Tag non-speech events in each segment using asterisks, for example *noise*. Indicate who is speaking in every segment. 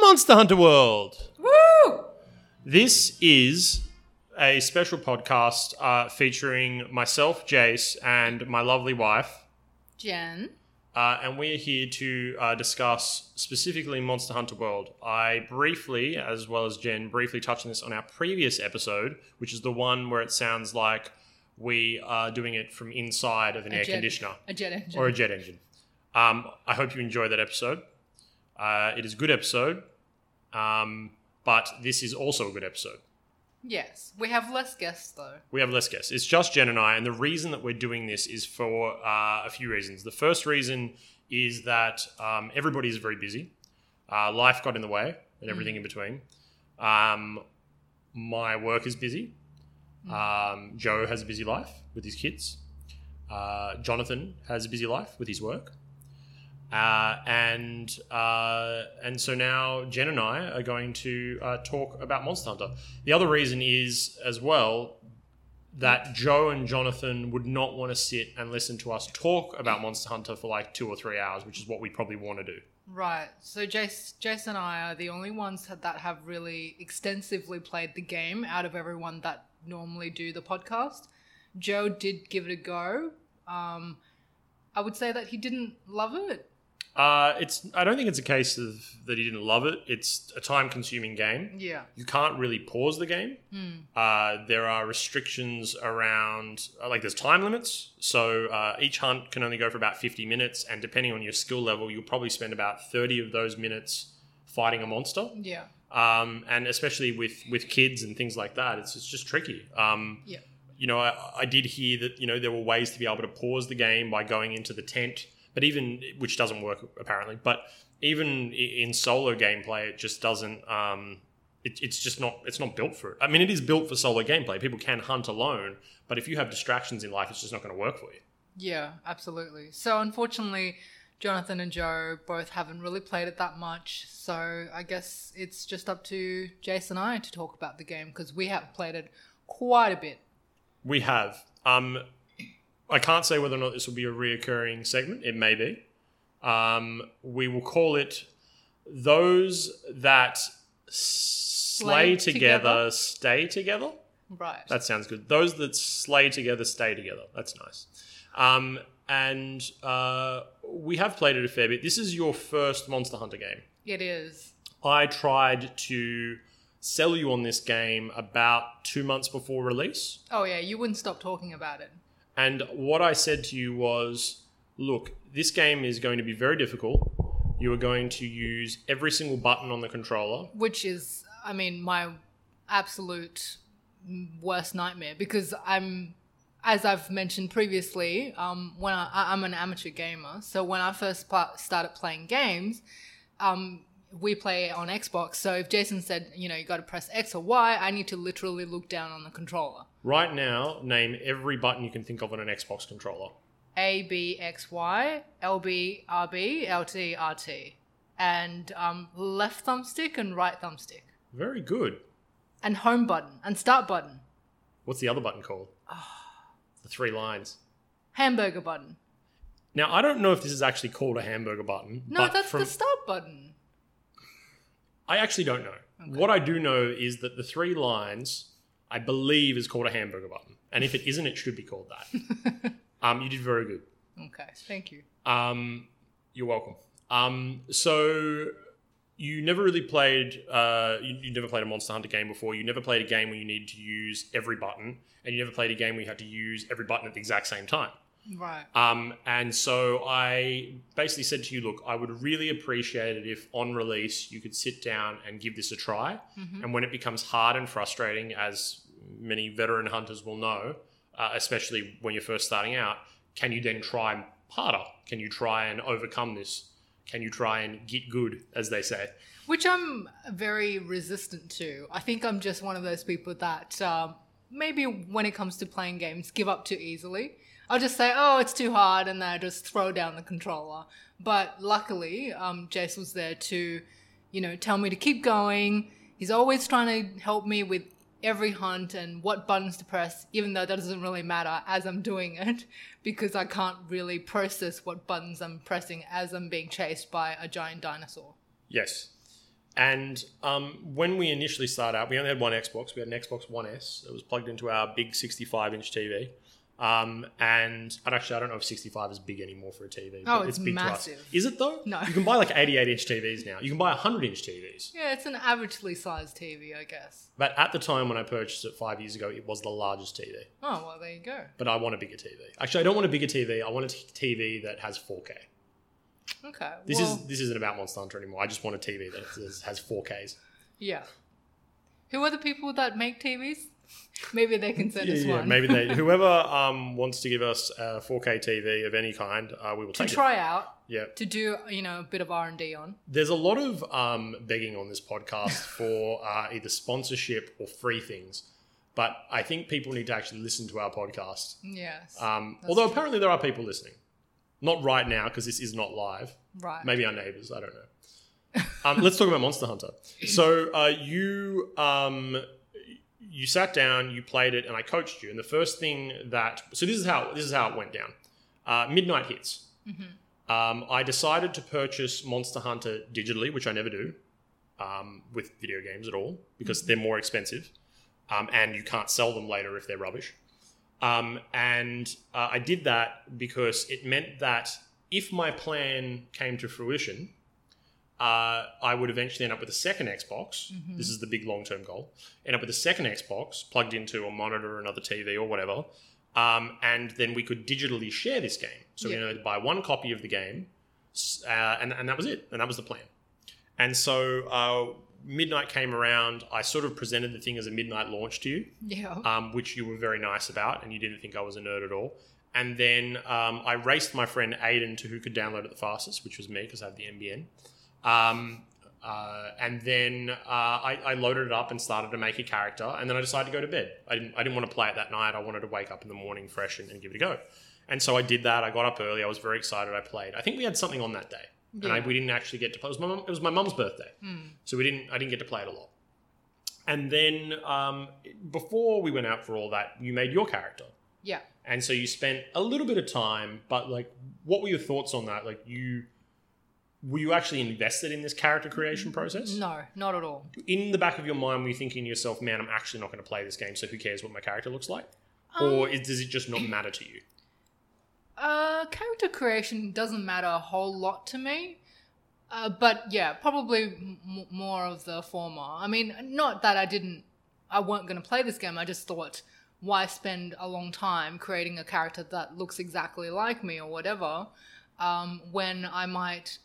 Speaker 1: Monster Hunter World.
Speaker 2: Woo!
Speaker 1: This is a special podcast uh, featuring myself, Jace, and my lovely wife.
Speaker 2: Jen.
Speaker 1: Uh, and we are here to uh, discuss specifically Monster Hunter World. I briefly, as well as Jen, briefly touched on this on our previous episode, which is the one where it sounds like we are doing it from inside of an
Speaker 2: A
Speaker 1: air
Speaker 2: jet-
Speaker 1: conditioner
Speaker 2: A jet engine.
Speaker 1: or a jet engine. Um, I hope you enjoy that episode. Uh, it is a good episode, um, but this is also a good episode.
Speaker 2: yes. We have less guests though.
Speaker 1: We have less guests. It's just Jen and I, and the reason that we're doing this is for uh, a few reasons. The first reason is that um, everybody is very busy. Uh, life got in the way, and everything in between. Um, my work is busy. Um, Joe has a busy life with his kids. Uh, Jonathan has a busy life with his work. Uh, and uh, and so now Jen and I are going to uh, talk about Monster Hunter. The other reason is as well that Joe and Jonathan would not want to sit and listen to us talk about Monster Hunter for like two or three hours, which is what we probably want to do.
Speaker 2: Right. So Jace, Jace and I are the only ones that- that have really extensively played the game out of everyone that normally do the podcast. Joe did give it a go. Um, I would say that he didn't love it.
Speaker 1: Uh, it's I don't think it's a case of that he didn't love it. It's a time-consuming game.
Speaker 2: Yeah.
Speaker 1: You can't really pause the game.
Speaker 2: Hmm.
Speaker 1: Uh, there are restrictions around, uh, like there's time limits. So uh, each hunt can only go for about 50 minutes, and depending on your skill level, you'll probably spend about 30 of those minutes fighting a monster.
Speaker 2: Yeah.
Speaker 1: Um, and especially with with kids and things like that, it's it's just tricky. Um,
Speaker 2: Yeah.
Speaker 1: You know, I, I did hear that you know there were ways to be able to pause the game by going into the tent, but even which doesn't work apparently. But even i- in solo gameplay, it just doesn't. Um, it, it's just not. It's not built for it. I mean, it is built for solo gameplay. People can hunt alone, but if you have distractions in life, it's just not going to work for you.
Speaker 2: Yeah, absolutely. So unfortunately, Jonathan and Joe both haven't really played it that much. So I guess it's just up to Jace and I to talk about the game because we have played it quite a bit.
Speaker 1: We have. Um, I can't say whether or not this will be a reoccurring segment. It may be. Um, we will call it those that slay
Speaker 2: Slay
Speaker 1: together,
Speaker 2: together?
Speaker 1: stay together.
Speaker 2: Right.
Speaker 1: That sounds good. Those that slay together, stay together. That's nice. Um, and uh, we have played it a fair bit. This is your first Monster Hunter game.
Speaker 2: it is.
Speaker 1: I tried to sell you on this game about two months before release.
Speaker 2: Oh yeah, you wouldn't stop talking about it.
Speaker 1: And what I said to you was, look, this game is going to be very difficult. You are going to use every single button on the controller.
Speaker 2: which is i mean my absolute worst nightmare because i'm as i've mentioned previously um, when I, I- i'm an amateur gamer so when i first pa- started playing games um, we play on xbox so if jason said you know you got to press x or y i need to literally look down on the controller
Speaker 1: Right now, name every button you can think of on an Xbox controller.
Speaker 2: a b x y l b r b l t r t and um, left thumbstick and right thumbstick
Speaker 1: Very good.
Speaker 2: and home button and start button
Speaker 1: What's the other button called?
Speaker 2: Ah.
Speaker 1: The three lines.
Speaker 2: hamburger button
Speaker 1: Now, I don't know if this is actually called a hamburger button.
Speaker 2: No,
Speaker 1: but
Speaker 2: that's
Speaker 1: from,
Speaker 2: the start button. *laughs*
Speaker 1: I actually don't know. What I do know is that the three lines, I believe, is called a hamburger button. And if it isn't, it should be called
Speaker 2: *laughs*
Speaker 1: that. um, you did very good.
Speaker 2: Okay, thank you.
Speaker 1: Um, you're welcome. Um, so you never really played. Uh, you, you never played a Monster Hunter game before. You never played a game where you need to use every button, and you never played a game where you had to use every button at the exact same time.
Speaker 2: Right.
Speaker 1: Um, and so I basically said to you, look, I would really appreciate it if on release you could sit down and give this a try.
Speaker 2: mm-hmm.
Speaker 1: Mm-hmm. And when it becomes hard and frustrating, as many veteran hunters will know, uh, especially when you're first starting out, can you then try harder? Can you try and overcome this? Can you try and get good, as they say?
Speaker 2: Which I'm very resistant to. I think I'm just one of those people that um, maybe when it comes to playing games, give up too easily. I'll just say, oh, it's too hard, and then I just throw down the controller. But luckily, um, Jace was there to, you know, tell me to keep going. He's always trying to help me with every hunt and what buttons to press, even though that doesn't really matter as I'm doing *laughs* it, because I can't really process what buttons I'm pressing as I'm being chased by a giant dinosaur.
Speaker 1: Yes. And um, when we initially started out, we only had one Xbox. We had an Xbox One S that was plugged into our big 65 inch TV. Um, and, and actually, I don't know if 65 is big anymore for a TV.
Speaker 2: Oh,
Speaker 1: but
Speaker 2: it's
Speaker 1: big to us.
Speaker 2: massive.
Speaker 1: Is it though?
Speaker 2: No.
Speaker 1: You can buy like 88 inch TVs now. You can buy 100 inch TVs.
Speaker 2: Yeah, it's an averagely sized TV, I guess.
Speaker 1: But at the time when I purchased it five years ago, it was the largest TV.
Speaker 2: Oh, well, there you go.
Speaker 1: But I want a bigger TV. Actually, I don't want a bigger TV. I want a t- TV that has 4K.
Speaker 2: Okay.
Speaker 1: This
Speaker 2: well,
Speaker 1: is this isn't about Monster Hunter anymore. I just want a TV that has- has 4Ks.
Speaker 2: Yeah. Who are the people that make TVs? Maybe they can send
Speaker 1: Yeah,
Speaker 2: us
Speaker 1: yeah,
Speaker 2: one.
Speaker 1: maybe they. Whoever um, wants to give us a 4K TV of any kind, uh, we will
Speaker 2: *laughs* to
Speaker 1: take it.
Speaker 2: try out,
Speaker 1: Yeah,
Speaker 2: to do, you know, a bit of R&D on.
Speaker 1: there's a lot of um, begging on this podcast
Speaker 2: *laughs*
Speaker 1: for uh, either sponsorship or free things, but I think people need to actually listen to our podcast.
Speaker 2: Yes.
Speaker 1: Um,
Speaker 2: That's
Speaker 1: although
Speaker 2: true.
Speaker 1: apparently there are people listening, not right now because this is not live.
Speaker 2: right.
Speaker 1: Maybe our neighbors. I don't know. Um, let's talk about Monster Hunter. So uh, you um, you sat down, you played it, and I coached you. And the first thing that so this is how this is how it went down. Uh, midnight hits.
Speaker 2: Mm-hmm.
Speaker 1: Um, I decided to purchase Monster Hunter digitally, which I never do um, with video games at all because they're more expensive, um, and you can't sell them later if they're rubbish. Um, and uh, I did that because it meant that if my plan came to fruition, uh, I would eventually end up with a second Xbox. This is the big long term goal. End up with a second Xbox plugged into a monitor or another TV or whatever. Um, and then we could digitally share this game. So
Speaker 2: Yeah.
Speaker 1: we only had to buy one copy of the game, s- uh, and, and that was it. And that was the plan. And so uh, midnight came around. I sort of presented the thing as a midnight launch to you
Speaker 2: Yeah.
Speaker 1: um, which you were very nice about, and you didn't think I was a nerd at all. And then um, I raced my friend Aiden to who could download it the fastest, which was me because I have the MBN. Um, uh, and then uh, I, I loaded it up and started to make a character, and then I decided to go to bed. I didn't, I didn't want to play it that night. I wanted to wake up in the morning fresh and, and give it a go. And so I did that. I got up early. I was very excited. I played. I think we had something on that day, and I,
Speaker 2: Yeah. Hmm.
Speaker 1: we didn't actually get to play. It was my mum, it was my mum's birthday, so we didn't. I didn't get to play it a lot. And then um, before we went out for all that, you made your character.
Speaker 2: yeah.
Speaker 1: And so you spent a little bit of time, but like, what were your thoughts on that? Like, you were you actually invested in this character creation process?
Speaker 2: Mm-hmm. No, not at all.
Speaker 1: In the back of your mind, were you thinking to yourself, "Man, I'm actually not going to play this game, so who cares what my character looks like?" or
Speaker 2: Um,
Speaker 1: is, does it just not matter to you?
Speaker 2: Uh, character creation doesn't matter a whole lot to me. Uh, but yeah, probably m- more of the former. I mean, not that I didn't, I weren't going to play this game. I just thought, why spend a long time creating a character that looks exactly like me or whatever, um, when I might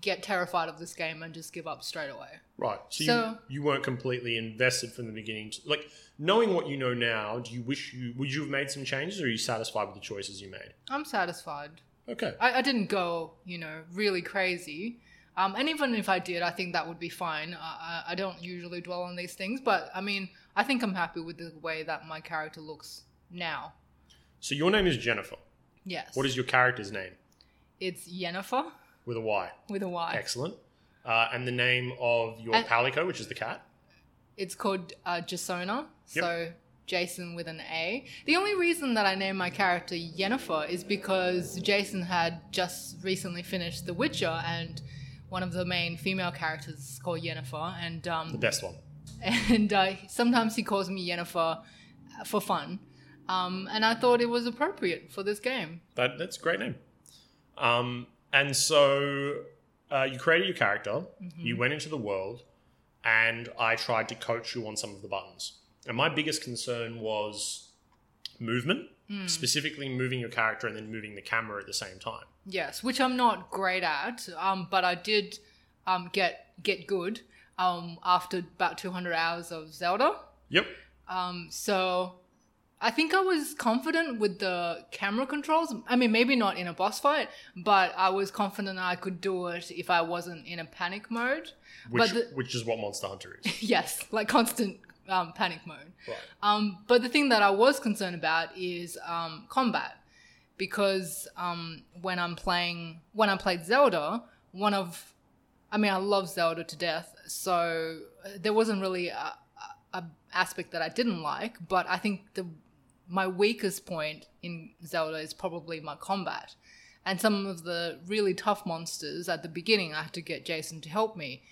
Speaker 2: get terrified of this game and just give up straight away.
Speaker 1: Right. So,
Speaker 2: So-
Speaker 1: you, you weren't completely invested from the beginning. To, like knowing what you know now, do you wish you would you have made some changes, or are you satisfied with the choices you made?
Speaker 2: I'm satisfied.
Speaker 1: Okay.
Speaker 2: I, I didn't go, you know, really crazy. Um, and even if I did, I think that would be fine. I, I, I don't usually dwell on these things, but I mean, I think I'm happy with the way that my character looks now.
Speaker 1: So your name is Jennifer.
Speaker 2: Yes.
Speaker 1: What is your character's name?
Speaker 2: It's Yennefer
Speaker 1: With a Y.
Speaker 2: with a Y.
Speaker 1: Excellent. Uh, and the name of your
Speaker 2: And-
Speaker 1: palico, which is the cat.
Speaker 2: It's called uh, Jasona. So Jason with an A. The only reason that I named my character Yennefer is because Jason had just recently finished The Witcher, and one of the main female characters is called Yennefer, and um,
Speaker 1: The best one.
Speaker 2: and uh, sometimes he calls me Yennefer uh, for fun. Um, and I thought it was appropriate for this game.
Speaker 1: That, that's a great name. Um, and so uh, you created your character,
Speaker 2: Mm-hmm.
Speaker 1: you went into the world, and I tried to coach you on some of the buttons. And my biggest concern was movement,
Speaker 2: Hmm.
Speaker 1: specifically moving your character and then moving the camera at the same time.
Speaker 2: Yes, which I'm not great at, um, but I did um, get get good um, after about 200 hours of Zelda.
Speaker 1: Yep.
Speaker 2: Um, so I think I was confident with the camera controls. I mean, maybe not in a boss fight, but I was confident I could do it if I wasn't in a panic mode. *laughs*
Speaker 1: Which,
Speaker 2: But the-
Speaker 1: which is what Monster Hunter
Speaker 2: *laughs*
Speaker 1: is.
Speaker 2: yes, like constant um, panic mode.
Speaker 1: Right.
Speaker 2: Um, but the thing that I was concerned about is um, combat, because um, when I'm playing, when I played Zelda, one of, I mean, I love Zelda to death, so uh, there wasn't really a, a, a aspect that I didn't like. But I think the my weakest point in Zelda is probably my combat. And some of the really tough monsters at the beginning, I had to get Jason to help me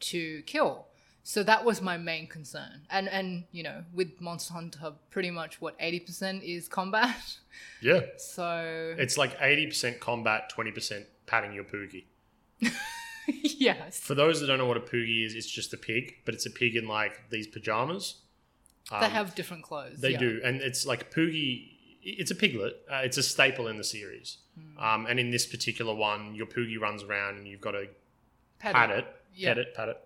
Speaker 2: to kill. So that was my main concern. And and you know, with Monster Hunter, pretty much what eighty percent is combat. *laughs*
Speaker 1: Yeah.
Speaker 2: So *laughs*
Speaker 1: It's like 80% combat, 20% patting your poogie.
Speaker 2: yes,
Speaker 1: For those that don't know what a poogie is, it's just a pig, but it's a pig in like these pajamas.
Speaker 2: they
Speaker 1: Um,
Speaker 2: have different clothes.
Speaker 1: They
Speaker 2: yeah.
Speaker 1: do, and it's like Poogie. It's a piglet. Uh, it's a staple in the series.
Speaker 2: Hmm.
Speaker 1: Um, and in this particular one, your Poogie runs around, and you've got to
Speaker 2: Pet
Speaker 1: pat it,
Speaker 2: Yeah.
Speaker 1: pet it, pat it,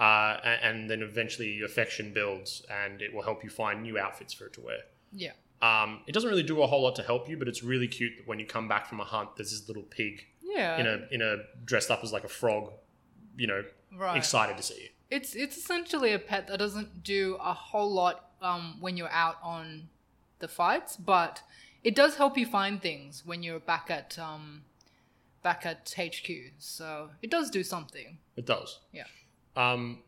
Speaker 1: uh, a- and, then eventually affection builds, and it will help you find new outfits for it to wear.
Speaker 2: Yeah.
Speaker 1: Um, it doesn't really do a whole lot to help you, but it's really cute that when you come back from a hunt, there's this little pig
Speaker 2: Yeah.
Speaker 1: in a in a dressed up as like a frog, you know,
Speaker 2: right.
Speaker 1: excited to see you.
Speaker 2: It's it's essentially a pet that doesn't do a whole lot um, when you're out on the fights, but it does help you find things when you're back at um, back at HQ. So it does do something.
Speaker 1: It does.
Speaker 2: Yeah.
Speaker 1: Um,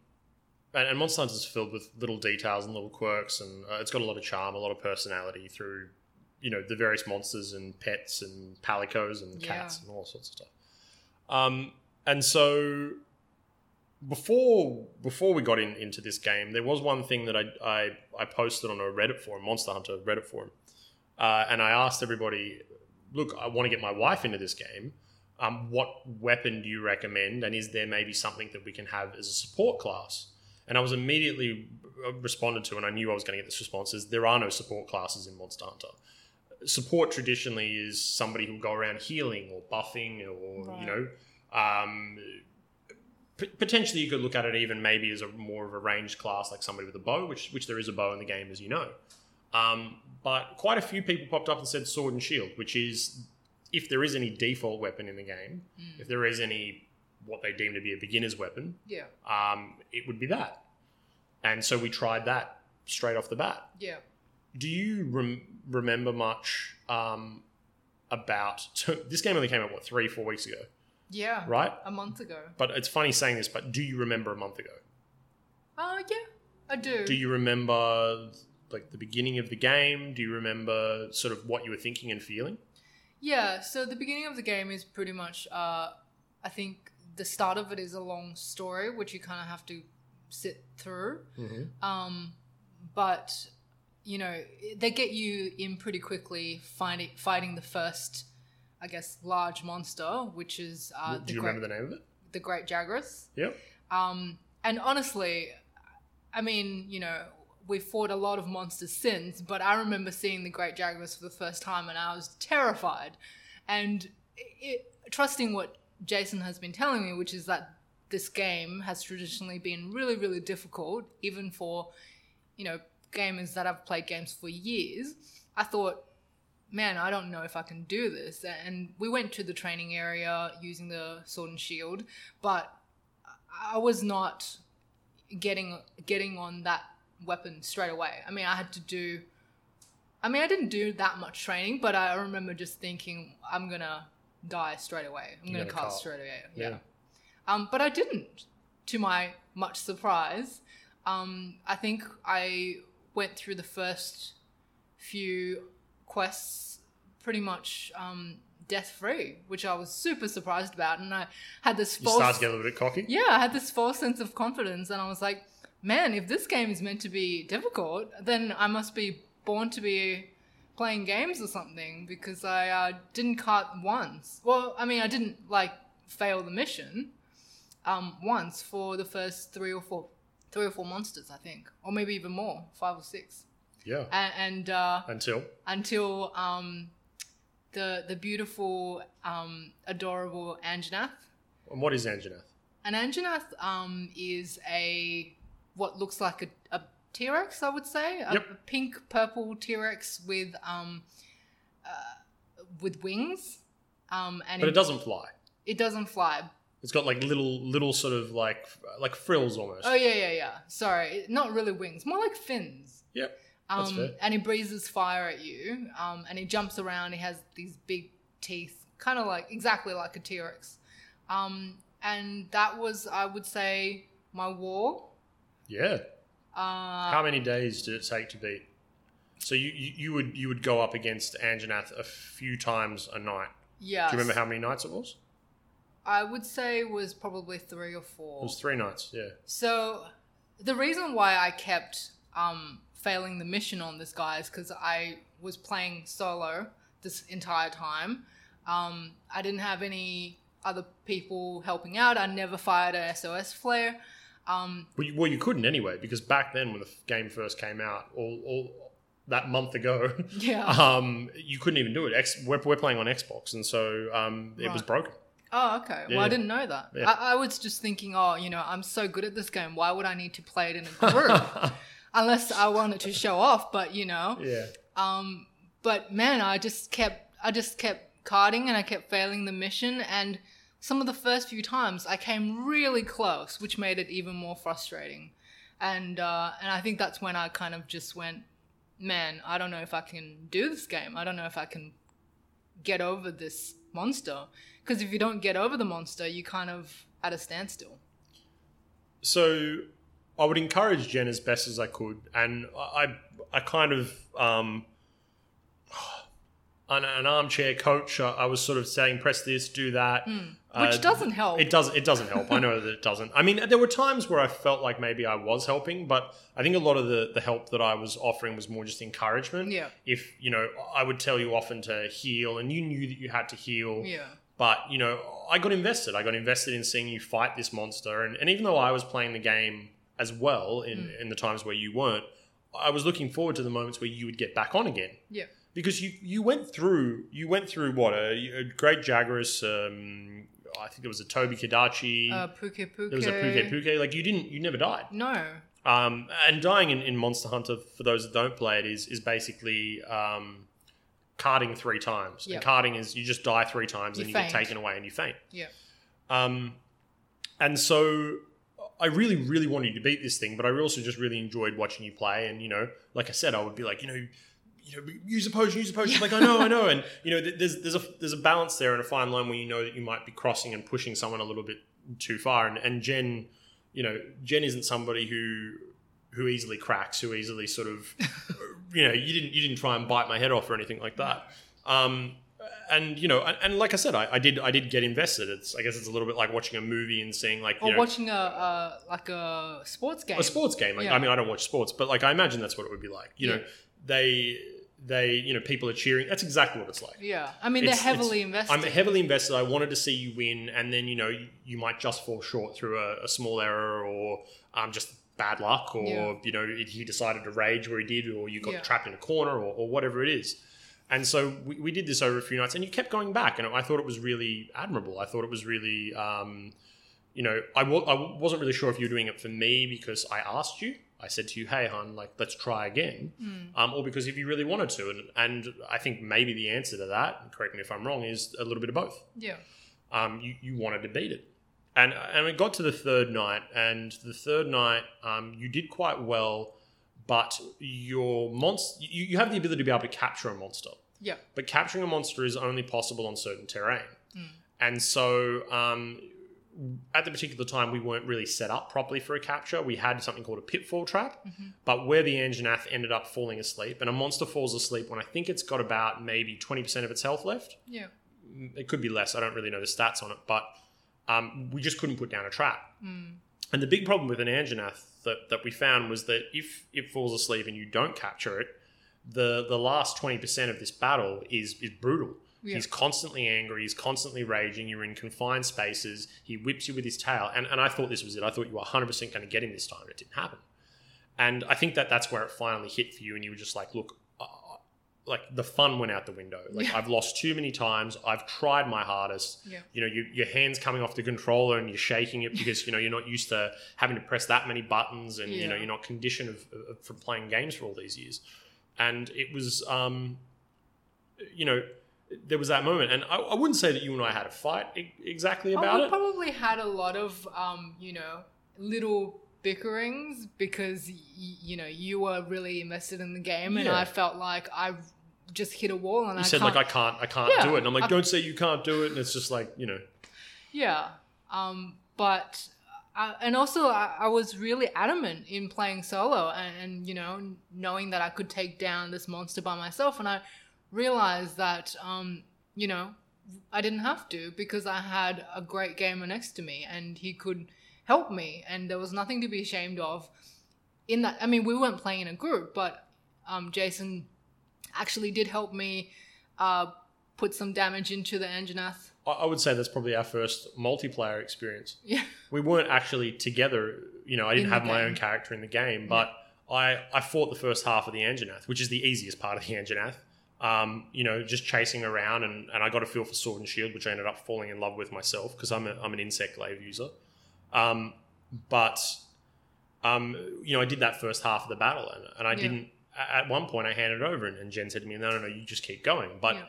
Speaker 1: and, and Monster Hunter is filled with little details and little quirks, and uh, it's got a lot of charm, a lot of personality through, you know, the various monsters and pets and palicos and
Speaker 2: Yeah.
Speaker 1: cats and all sorts of stuff. Um, and so before before we got in, into this game, there was one thing that I, I I posted on a Reddit forum, Monster Hunter Reddit forum, uh, and I asked everybody, look, I want to get my wife into this game. Um, what weapon do you recommend? And is there maybe something that we can have as a support class? And I was immediately uh, responded to, and I knew I was going to get this response: is there are no support classes in Monster Hunter. Support traditionally is somebody who'll go around healing or buffing, or
Speaker 2: Right.
Speaker 1: you know, um, p- potentially you could look at it even maybe as a more of a ranged class, like somebody with a bow, which which there is a bow in the game, as you know. Um, but quite a few people popped up and said sword and shield, which is if there is any default weapon in the game,
Speaker 2: Mm.
Speaker 1: if there is any what they deem to be a beginner's weapon,
Speaker 2: Yeah,
Speaker 1: um, it would be that. And so we tried that straight off the bat.
Speaker 2: yeah.
Speaker 1: Do you rem- remember much um, about so this game? Only came out what three, four weeks ago,
Speaker 2: Yeah.
Speaker 1: right?
Speaker 2: A month ago.
Speaker 1: But it's funny saying this, but do you remember a month ago?
Speaker 2: Uh, yeah, I do.
Speaker 1: Do you remember like the beginning of the game? Do you remember sort of what you were thinking and feeling?
Speaker 2: Yeah, so the beginning of the game is pretty much, uh, I think the start of it is a long story, which you kind of have to sit through.
Speaker 1: Mm-hmm.
Speaker 2: Um, but you know, they get you in pretty quickly finding fighting the first, I guess, large monster, which is uh,
Speaker 1: do
Speaker 2: the,
Speaker 1: you
Speaker 2: great,
Speaker 1: remember the name of it?
Speaker 2: the Great Jagras.
Speaker 1: Yep.
Speaker 2: Um, and honestly, I mean, you know, we fought a lot of monsters since, but I remember seeing the Great Jaguars for the first time and I was terrified. And it, trusting what Jason has been telling me, which is that this game has traditionally been really, really difficult, even for, you know, gamers that have played games for years, I thought, man, I don't know if I can do this. And we went to the training area using the sword and shield, but I was not getting getting on that weapon straight away. I mean, I had to do. I mean, I didn't do that much training, but I remember just thinking, I'm gonna die straight away. I'm
Speaker 1: You're
Speaker 2: gonna,
Speaker 1: gonna
Speaker 2: cast
Speaker 1: cut.
Speaker 2: straight away. Yeah. Um, but I didn't, to my much surprise. Um, I think I went through the first few quests pretty much um, death free, which I was super surprised about, and I had this
Speaker 1: You
Speaker 2: false
Speaker 1: start to get a little bit cocky.
Speaker 2: yeah, I had this false sense of confidence, and I was like, man, if this game is meant to be difficult, then I must be born to be playing games or something because I uh, didn't cut once. Well, I mean, I didn't like fail the mission um, once for the first three or four, three or four monsters, I think, or maybe even more, five or six,
Speaker 1: Yeah.
Speaker 2: A- and uh,
Speaker 1: Until
Speaker 2: until um, the the beautiful, um, adorable Anjanath
Speaker 1: and what is Anjanath?
Speaker 2: an Anjanath um, is a what looks like a, a T Rex, I would say, a,
Speaker 1: Yep.
Speaker 2: a pink purple T Rex with um, uh, with wings, um, and
Speaker 1: But it doesn't fly.
Speaker 2: it doesn't fly.
Speaker 1: It's got like little little sort of like like frills almost.
Speaker 2: Oh yeah, yeah, yeah. Sorry, not really wings, more like fins.
Speaker 1: Yep.
Speaker 2: Um,
Speaker 1: That's fair.
Speaker 2: And it breathes fire at you, um, and it jumps around. It has these big teeth, kind of like exactly like a T Rex. Um, and that was, I would say, my war.
Speaker 1: Yeah.
Speaker 2: Uh,
Speaker 1: How many days did it take to beat? So you, you, you would you would go up against Anjanath a few times a night.
Speaker 2: Yeah.
Speaker 1: Do you remember how many nights it was?
Speaker 2: I would say was probably three or four.
Speaker 1: It was three nights. Yeah.
Speaker 2: So the reason why I kept um, failing the mission on this guy is because I was playing solo this entire time. Um, I didn't have any other people helping out. I never fired a SOS flare. Um, *laughs*
Speaker 1: Well you, well, you couldn't anyway because back then when the f- game first came out, all, all that month ago, *laughs*
Speaker 2: yeah.
Speaker 1: um, you couldn't even do it. X, we're, we're playing on Xbox, and so um, it was
Speaker 2: Right.
Speaker 1: broken.
Speaker 2: Oh, okay.
Speaker 1: Yeah,
Speaker 2: well,
Speaker 1: yeah.
Speaker 2: I didn't know that.
Speaker 1: Yeah.
Speaker 2: I, I was just thinking, oh, you know, I'm so good at this game. Why would I need to play it in
Speaker 1: *laughs*
Speaker 2: a group? Unless I wanted to show off, but you know.
Speaker 1: yeah.
Speaker 2: Um, but man, I just kept, I just kept carding and I kept failing the mission. And some of the first few times, I came really close, which made it even more frustrating. And uh, and I think that's when I kind of just went, man, I don't know if I can do this game. I don't know if I can get over this monster. Because if you don't get over the monster, you kind of at a standstill.
Speaker 1: So I would encourage Jen as best as I could, and I I kind of um, an, an armchair coach. I, I was sort of saying, press this, do that,
Speaker 2: Hmm.
Speaker 1: Uh,
Speaker 2: Which doesn't help.
Speaker 1: It does. It doesn't help. I know that it doesn't. I mean, there were times where I felt like maybe I was helping, but I think a lot of the the help that I was offering was more just encouragement.
Speaker 2: Yeah.
Speaker 1: If you know, I would tell you often to heal, and you knew that you had to heal.
Speaker 2: Yeah.
Speaker 1: But you know, I got invested. I got invested in seeing you fight this monster, and, and even though I was playing the game as well in,
Speaker 2: Mm.
Speaker 1: in the times where you weren't, I was looking forward to the moments where you would get back on again
Speaker 2: Yeah.
Speaker 1: because you you went through you went through what a, a great Jagras. Um, I think it was a Toby Kadachi.
Speaker 2: Uh, Puke Puke.
Speaker 1: there was a Puke Puke. Like you didn't you never died.
Speaker 2: No.
Speaker 1: Um, and dying in, in Monster Hunter, for those that don't play it, is is basically um, carding three times.
Speaker 2: Yep.
Speaker 1: And carding is you just die three times
Speaker 2: You
Speaker 1: and you get
Speaker 2: faint.
Speaker 1: taken away and you faint.
Speaker 2: Yeah.
Speaker 1: Um, and so I really, really wanted you to beat this thing, but I also just really enjoyed watching you play. And you know, like I said, I would be like, you know, you know, use a potion, use a potion. like I know, I know. And you know, th- there's there's a there's a balance there and a fine line where you know that you might be crossing and pushing someone a little bit too far. And and Jen, you know, Jen isn't somebody who who easily cracks, who easily sort of, you know, you didn't you didn't try and bite my head off or anything like that. Um, and you know, and, and like I said, I, I did I did get invested. It's I guess it's a little bit like watching a movie and seeing like you
Speaker 2: Or
Speaker 1: know,
Speaker 2: watching a, a like a sports game.
Speaker 1: a sports game. Like,
Speaker 2: Yeah.
Speaker 1: I mean, I don't watch sports, but like I imagine that's what it would be like. You know,
Speaker 2: Yeah.
Speaker 1: they they you know people are cheering. That's exactly what it's like.
Speaker 2: Yeah, I mean
Speaker 1: It's-
Speaker 2: they're heavily
Speaker 1: it's-
Speaker 2: invested.
Speaker 1: I'm heavily invested. I wanted to see you win, and then you know you, you might just fall short through a, a small error or um, just bad luck, or
Speaker 2: Yeah.
Speaker 1: you know it, he decided to rage where he did, or you got
Speaker 2: Yeah.
Speaker 1: trapped in a corner, or, or whatever it is. And so we, we did this over a few nights, and you kept going back, and I thought it was really admirable. I thought it was really, um, you know, I w- I w- wasn't really sure if you were doing it for me because I asked you. I said to you, "Hey, hon, like let's try again."
Speaker 2: Mm.
Speaker 1: um, or because if you really wanted to. And, and I think maybe the answer to that, and correct me if I'm wrong, is a little bit of both.
Speaker 2: Yeah,
Speaker 1: Um, you, you wanted to beat it. And, and we got to the third night, and the third night um, you did quite well, but your monster, you, you have the ability to be able to capture a monster
Speaker 2: yeah,
Speaker 1: but capturing a monster is only possible on certain terrain. And so, um, at the particular time, we weren't really set up properly for a capture. We had something called a pitfall trap,
Speaker 2: Mm-hmm.
Speaker 1: but where the Anjanath ended up falling asleep, and a monster falls asleep when I think it's got about maybe 20% of its health left. Mm,
Speaker 2: yeah,
Speaker 1: It could be less, I don't really know the stats on it, but um, we just couldn't put down a trap.
Speaker 2: Mm.
Speaker 1: And the big problem with an Anjanath that, that we found was that if it falls asleep and you don't capture it, the, the last 20% of this battle is, is brutal.
Speaker 2: Yeah.
Speaker 1: He's constantly angry, he's constantly raging, you're in confined spaces, he whips you with his tail. And, and I thought this was it. I thought you were 100% going to get him this time. It didn't happen. And I think that that's where it finally hit for you, and you were just like, look, uh, like the fun went out the window. Like
Speaker 2: Yeah.
Speaker 1: I've lost too many times. I've tried my hardest.
Speaker 2: Yeah.
Speaker 1: You know, you, your hands coming off the controller and you're shaking it because you know you're not used to having to press that many buttons, and you know
Speaker 2: Yeah.
Speaker 1: you're not conditioned of, of, from playing games for all these years. And it was, um, you know, there was that moment, and I, I wouldn't say that you and I had a fight e- exactly
Speaker 2: Oh,
Speaker 1: about
Speaker 2: we
Speaker 1: it.
Speaker 2: probably had a lot of um, you know little bickerings because y- you know you were really invested in the game and
Speaker 1: Yeah.
Speaker 2: I felt like I just hit a wall and
Speaker 1: you
Speaker 2: I
Speaker 1: said
Speaker 2: can't.
Speaker 1: like I can't, I can't
Speaker 2: Yeah,
Speaker 1: do it, and I'm like,
Speaker 2: I-
Speaker 1: don't say you can't do it, and it's just like you know,
Speaker 2: Yeah. Um, but uh, I, and also I, I was really adamant in playing solo and, and you know knowing that I could take down this monster by myself and I realized that um, you know I didn't have to because I had a great gamer next to me and he could help me and there was nothing to be ashamed of in that I mean we weren't playing in a group but um, Jason actually did help me uh, put some damage into the Anjanath.
Speaker 1: I- I would say that's probably our first multiplayer experience.
Speaker 2: Yeah.
Speaker 1: We weren't actually together. You know, I didn't
Speaker 2: In the
Speaker 1: have my
Speaker 2: game.
Speaker 1: own character in the game, but I, I fought the first half of the Anjanath, which is the easiest part of the Anjanath. Um, you know, just chasing around, and, and I got a feel for Sword and Shield, which I ended up falling in love with myself because I'm, a, I'm an insect glaive user. Um, but, um, you know, I did that first half of the battle, and, and I
Speaker 2: Yeah.
Speaker 1: didn't. a- At one point, I handed over, and, and Jen said to me, No, no, no, you just keep going. But
Speaker 2: Yeah.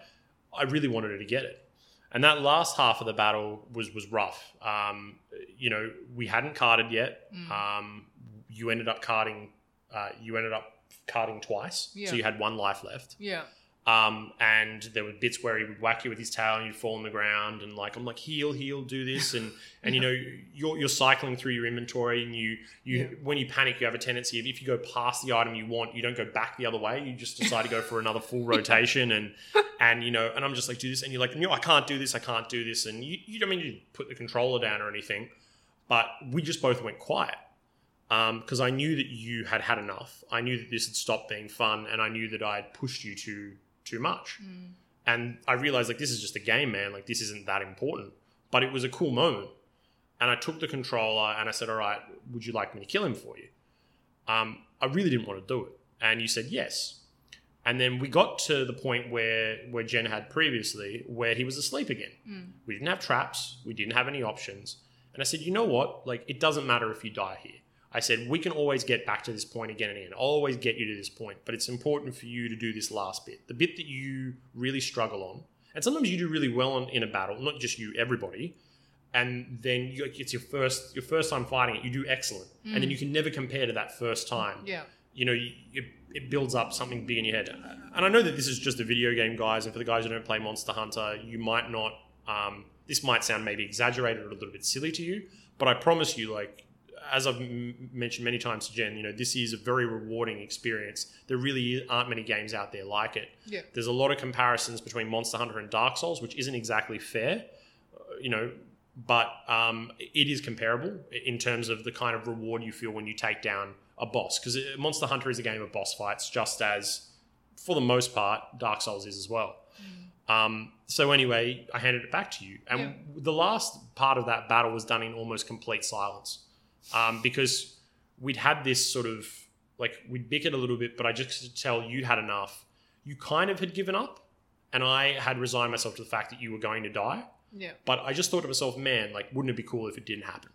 Speaker 1: I really wanted her to get it. And that last half of the battle was was rough. Um, you know, we hadn't carded yet.
Speaker 2: Mm.
Speaker 1: Um, you ended up carding. Uh, you ended up carding twice,
Speaker 2: Yeah.
Speaker 1: so you had one life left.
Speaker 2: Yeah.
Speaker 1: Um, and there were bits where he would whack you with his tail, and you'd fall on the ground. And like, I'm like, heal, heal, do this, and and you know, you're you're cycling through your inventory, and you you
Speaker 2: Yeah.
Speaker 1: when you panic, you have a tendency of if you go past the item you want, you don't go back the other way. You just decide to go for another full rotation, and and you know, and I'm just like, do this, and you're like, no, I can't do this, I can't do this, and you you don't mean you put the controller down or anything, but we just both went quiet because I knew that you had had enough. I knew that this had stopped being fun, and I knew that I had pushed you too too much.
Speaker 2: Mm.
Speaker 1: And I realized like this is just a game, man. Like this isn't that important. But it was a cool moment, and I took the controller and I said, "All right, would you like me to kill him for you?" Um, I really didn't want to do it, and you said yes. And then we got to the point where where Jen had previously, where he was asleep again.
Speaker 2: Mm.
Speaker 1: We didn't have traps. We didn't have any options. And I said, you know what? Like, it doesn't matter if you die here. I said, we can always get back to this point again and again. I'll always get you to this point, but it's important for you to do this last bit. The bit that you really struggle on. And sometimes you do really well on, in a battle, not just you, everybody. And then you, it's your first your first time fighting it. You do excellent, and then
Speaker 2: Mm.
Speaker 1: you can never compare to that first time
Speaker 2: Yeah.
Speaker 1: you know, you, it, it builds up something big in your head. And I know that this is just a video game, guys, and for the guys who don't play Monster Hunter, you might not. Um, this might sound maybe exaggerated or a little bit silly to you, but I promise you, like as I've m- mentioned many times to Jen, you know, this is a very rewarding experience. There really aren't many games out there like it.
Speaker 2: Yeah.
Speaker 1: There's a lot of comparisons between Monster Hunter and Dark Souls, which isn't exactly fair, uh, you know, but um, it is comparable in terms of the kind of reward you feel when you take down a boss. Because Monster Hunter is a game of boss fights, just as, for the most part, Dark Souls is as well. Um, so anyway, I handed it back to you, and
Speaker 2: Yeah.
Speaker 1: the last part of that battle was done in almost complete silence, um, because we'd had this sort of like we'd bickered a little bit, but I just could tell you'd had enough. You kind of had given up, and I had resigned myself to the fact that you were going to die.
Speaker 2: Yeah.
Speaker 1: But I just thought to myself, man, like, wouldn't it be cool if it didn't happen?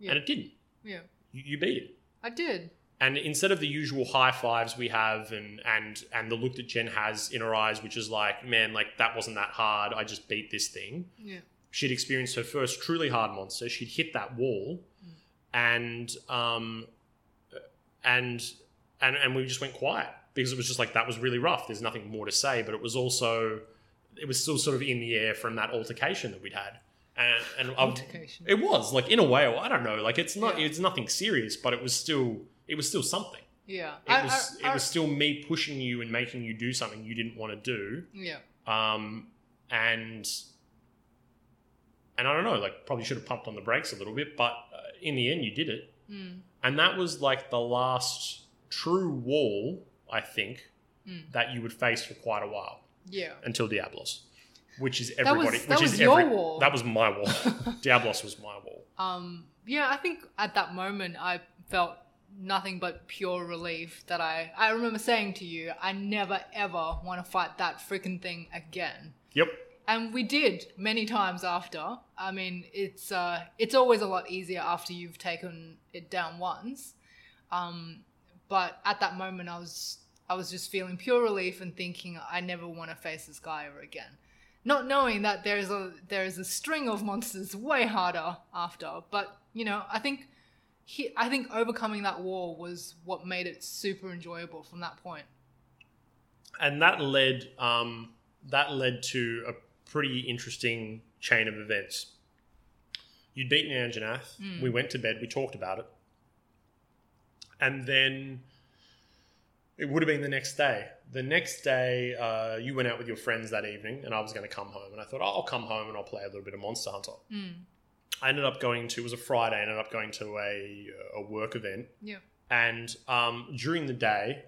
Speaker 2: Yeah.
Speaker 1: And it didn't.
Speaker 2: Yeah.
Speaker 1: You, you beat it.
Speaker 2: I did.
Speaker 1: And instead of the usual high fives we have and and and the look that Jen has in her eyes, which is like, man, like that wasn't that hard. I just beat this thing.
Speaker 2: Yeah.
Speaker 1: She'd experienced her first truly hard monster. She'd hit that wall,
Speaker 2: Mm.
Speaker 1: and um, and and and we just went quiet because it was just like that was really rough. There's nothing more to say, but it was also it was still sort of in the air from that altercation that we'd had. And and I've,
Speaker 2: Altercation.
Speaker 1: Um, it was like in a way, I don't know, like it's not
Speaker 2: Yeah.
Speaker 1: it's nothing serious, but it was still it was still something.
Speaker 2: Yeah.
Speaker 1: It
Speaker 2: I-
Speaker 1: was
Speaker 2: I- I-
Speaker 1: it was still me pushing you and making you do something you didn't want to do
Speaker 2: Yeah.
Speaker 1: um, and and I don't know, like probably should have pumped on the brakes a little bit, but uh, in the end, you did it,
Speaker 2: Mm.
Speaker 1: and that was like the last true wall I think
Speaker 2: Mm.
Speaker 1: that you would face for quite a while
Speaker 2: Yeah.
Speaker 1: until Diablos, which is
Speaker 2: was-
Speaker 1: everybody,
Speaker 2: that
Speaker 1: which
Speaker 2: was
Speaker 1: is
Speaker 2: your
Speaker 1: every-
Speaker 2: wall.
Speaker 1: That was my
Speaker 2: *laughs*
Speaker 1: wall. Diablos was my wall.
Speaker 2: um, yeah, I think at that moment I felt nothing but pure relief that I. I remember saying to you, I never ever want to fight that freaking thing again.
Speaker 1: Yep.
Speaker 2: And we did many times after. I mean, it's uh, it's always a lot easier after you've taken it down once. Um, but at that moment, I was I was just feeling pure relief and thinking, I never want to face this guy ever again. Not knowing that there is a there is a string of monsters way harder after. But you know, I think he, I think overcoming that wall was what made it super enjoyable from that point.
Speaker 1: and that led um, that led to a pretty interesting chain of events. You'd beaten Anjanath.
Speaker 2: Mm.
Speaker 1: We went to bed. We talked about it, and then It would have been the next day. The next day, uh, you went out with your friends that evening, and I was going to come home. And I thought, oh, I'll come home and I'll play a little bit of Monster Hunter.
Speaker 2: Mm.
Speaker 1: I ended up going to, it was a Friday, I ended up going to a, a work event.
Speaker 2: Yeah.
Speaker 1: And um, during the day,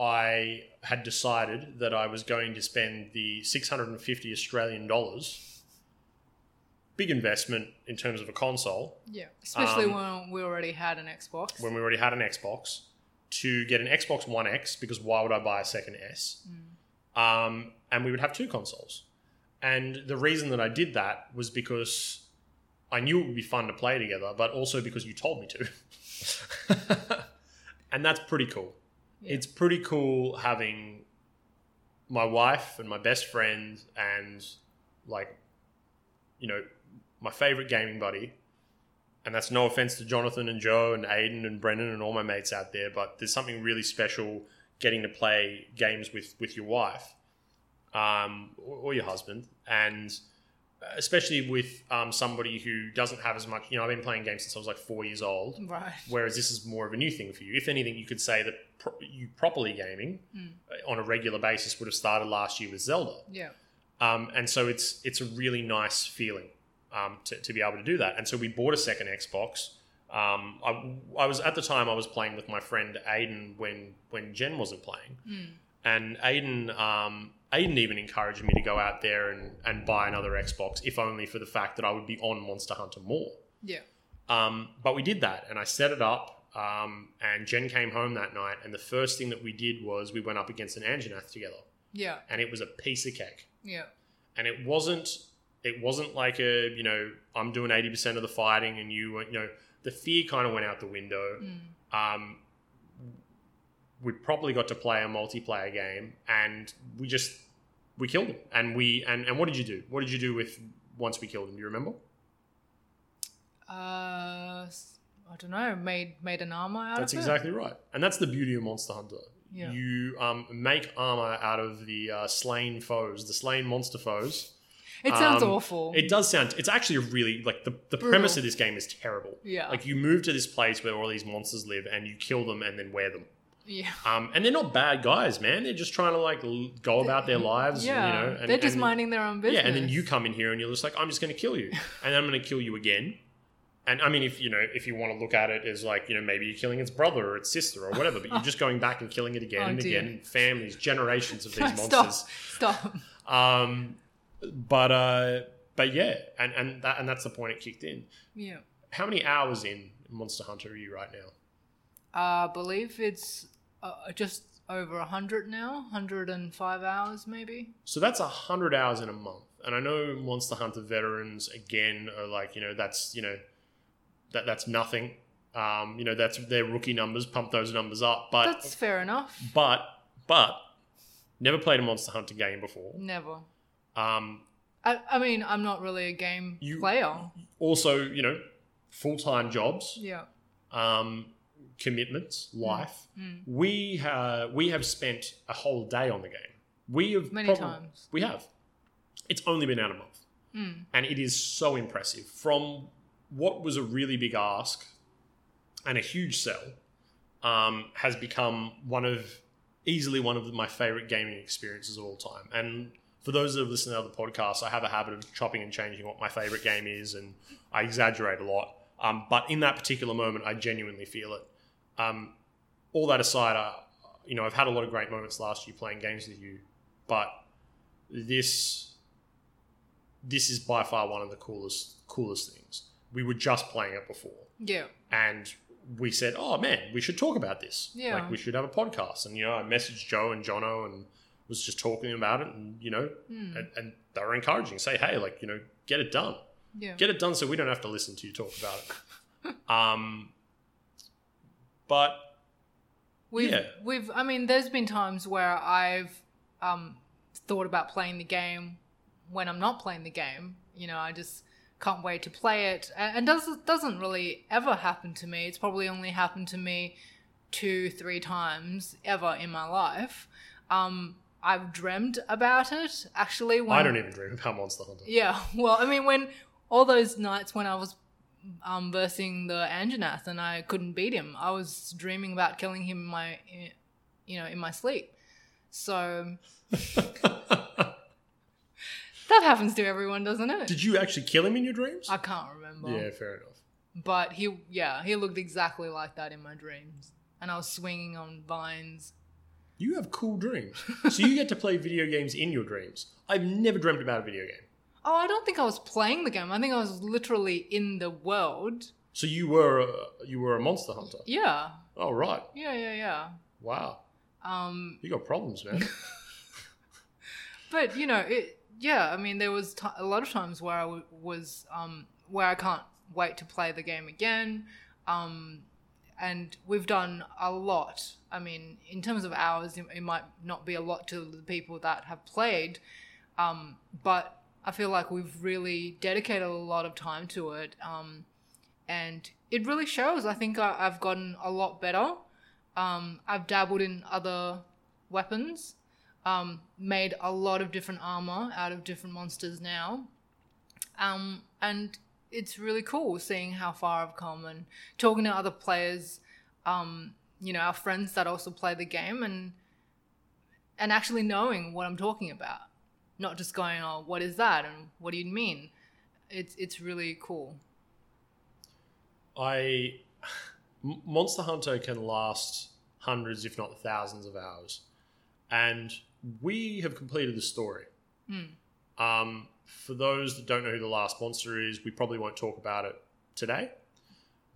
Speaker 1: I had decided that I was going to spend the 650 Australian dollars, big investment in terms of a console,
Speaker 2: Yeah. Especially
Speaker 1: Um,
Speaker 2: when we already had an Xbox.
Speaker 1: when we already had an Xbox, to get an Xbox One X because why would I buy a second S?
Speaker 2: Mm.
Speaker 1: Um, and we would have two consoles. And the reason that I did that was because I knew it would be fun to play together, but also because you told me to. and that's pretty cool.
Speaker 2: Yeah.
Speaker 1: It's pretty cool having my wife and my best friend and like you know my favorite gaming buddy. And that's no offense to Jonathan and Joe and Aiden and Brennan and all my mates out there, but there's something really special getting to play games with with your wife um, or, or your husband, and especially with um, somebody who doesn't have as much. You know, I've been playing games since I was like four years old.
Speaker 2: Right.
Speaker 1: Whereas this is more of a new thing for you. If anything, you could say that pro- you properly gaming
Speaker 2: Mm.
Speaker 1: uh, on a regular basis would have started last year with Zelda,
Speaker 2: Yeah.
Speaker 1: um, and so it's it's a really nice feeling um, to, to be able to do that. And so we bought a second Xbox. Um, I, I was at the time I was playing with my friend Aiden when when Jen wasn't playing,
Speaker 2: Mm.
Speaker 1: and Aiden um, Aiden even encouraged me to go out there and, and buy another Xbox, if only for the fact that I would be on Monster Hunter more.
Speaker 2: Yeah.
Speaker 1: Um, but we did that, and I set it up. Um, and Jen came home that night, and the first thing that we did was we went up against an Anjanath together,
Speaker 2: Yeah.
Speaker 1: and it was a piece of cake.
Speaker 2: Yeah.
Speaker 1: And it wasn't it wasn't like a you know I'm doing eighty percent of the fighting, and you were- you know the fear kind of went out the window.
Speaker 2: Mm.
Speaker 1: Um, we probably got to play a multiplayer game, and we just we killed him. And we and and what did you do? What did you do with once we killed him? Do you remember?
Speaker 2: Uh, s- I don't know. Made made an armor out
Speaker 1: That's
Speaker 2: of it.
Speaker 1: exactly right, and that's the beauty of Monster Hunter.
Speaker 2: Yeah.
Speaker 1: You um, make armor out of the uh, slain foes, the slain monster foes.
Speaker 2: It sounds
Speaker 1: Um,
Speaker 2: awful.
Speaker 1: It does sound. It's actually a really like the, the
Speaker 2: Brutal.
Speaker 1: premise of this game is terrible.
Speaker 2: Yeah.
Speaker 1: Like you move to this place where all these monsters live, and you kill them and then wear them.
Speaker 2: yeah.
Speaker 1: Um, and they're not bad guys, man. They're just trying to like l- go about their lives.
Speaker 2: Yeah.
Speaker 1: You know, and,
Speaker 2: They're just
Speaker 1: and-
Speaker 2: minding their own business.
Speaker 1: Yeah, and then you come in here and you're just like, I'm just going to kill you, and I'm going to kill you again. And I mean, if you know, if you want to look at it as like, you know, maybe you're killing its brother or its sister or whatever, but you're just going back and killing it again
Speaker 2: *laughs* Oh,
Speaker 1: and
Speaker 2: dear.
Speaker 1: again. Families, generations
Speaker 2: *laughs*
Speaker 1: of these
Speaker 2: stop.
Speaker 1: monsters.
Speaker 2: Stop. *laughs*
Speaker 1: Um, but uh, but yeah, and and that, and that's the point it kicked in.
Speaker 2: Yeah.
Speaker 1: How many hours in Monster Hunter are you right now?
Speaker 2: Uh, I believe it's uh, just over 100 now, 105 hours maybe.
Speaker 1: So that's a hundred hours in a month, and I know Monster Hunter veterans again are like, you know, that's you know, that that's nothing. Um, you know, that's their rookie numbers. Pump those numbers up, but
Speaker 2: That's fair enough.
Speaker 1: but but never played a Monster Hunter game before.
Speaker 2: Never.
Speaker 1: Um,
Speaker 2: I, I mean, I'm not really a game
Speaker 1: You-
Speaker 2: player.
Speaker 1: also, you know, full time jobs,
Speaker 2: Yeah.
Speaker 1: um, commitments, life.
Speaker 2: Mm.
Speaker 1: We uh, we have spent a whole day on the game. We have
Speaker 2: Many
Speaker 1: probably-
Speaker 2: times.
Speaker 1: We have. It's only been out a month.
Speaker 2: Mm.
Speaker 1: and it is so impressive from what was a really big ask and a huge sell um, has become one of easily one of my favorite gaming experiences of all time and for those that have listened to other podcasts i have a habit of chopping and changing what my favorite game is and i exaggerate a lot um, but in that particular moment i genuinely feel it um, all that aside I, you know i've had a lot of great moments last year playing games with you but this this is by far one of the coolest coolest things. We were just playing it before,
Speaker 2: Yeah.
Speaker 1: and we said, "Oh man, we should talk about this.
Speaker 2: Yeah.
Speaker 1: Like we should have a podcast." And you know, I messaged Joe and Jono and was just talking about it, and you know,
Speaker 2: Mm.
Speaker 1: and, and they were encouraging, say, "Hey, like you know, get it done,
Speaker 2: Yeah.
Speaker 1: get it done, so we don't have to listen to you talk about it."
Speaker 2: *laughs*
Speaker 1: um, but
Speaker 2: We've,
Speaker 1: Yeah.
Speaker 2: we've, I mean, there's been times where I've um, thought about playing the game when I'm not playing the game. You know, I just can't wait to play it. And, and does, doesn't really ever happen to me. It's probably only happened to me two, three times ever in my life. Um, I've dreamt about it actually. When,
Speaker 1: I don't even dream about Monster Hunter.
Speaker 2: Yeah. *laughs* Well, I mean, when all those nights when I was um, versing the Anjanath and I couldn't beat him, I was dreaming about killing him in my you know, in my sleep. So that happens to everyone, doesn't
Speaker 1: *laughs*
Speaker 2: it?
Speaker 1: Did you actually kill him in your dreams?
Speaker 2: I can't remember.
Speaker 1: yeah, fair enough.
Speaker 2: But he, yeah, he looked exactly like that in my dreams. And I was swinging on vines.
Speaker 1: You have cool dreams. so you get to play video games in your dreams. I've never dreamt about a video game.
Speaker 2: Oh, I don't think I was playing the game. I think I was literally in the world.
Speaker 1: So you were uh, you were a monster hunter.
Speaker 2: Yeah,
Speaker 1: Oh right.
Speaker 2: yeah, yeah,
Speaker 1: Wow.
Speaker 2: yeah. Um,
Speaker 1: You got problems, man. *laughs*
Speaker 2: but you know it yeah i mean there was ti a lot of times where i w- was um where i can't wait to play the game again um and we've done a lot i mean in terms of hours it, it might not be a lot to the people that have played um but i feel like we've really dedicated a lot of time to it um and it really shows i think I, i've gotten a lot better um i've dabbled in other weapons um, made a lot of different armor out of different monsters now. Um, and it's really cool seeing how far I've come and talking to other players, um, you know, our friends that also play the game and and actually knowing what I'm talking about. Not just going, oh, what is that and what do you mean? It's it's really cool.
Speaker 1: I M- Monster Hunter can last hundreds, if not thousands, of hours, and we have completed the story.
Speaker 2: Hmm.
Speaker 1: Um, for those that don't know who the last monster is, we probably won't talk about it today,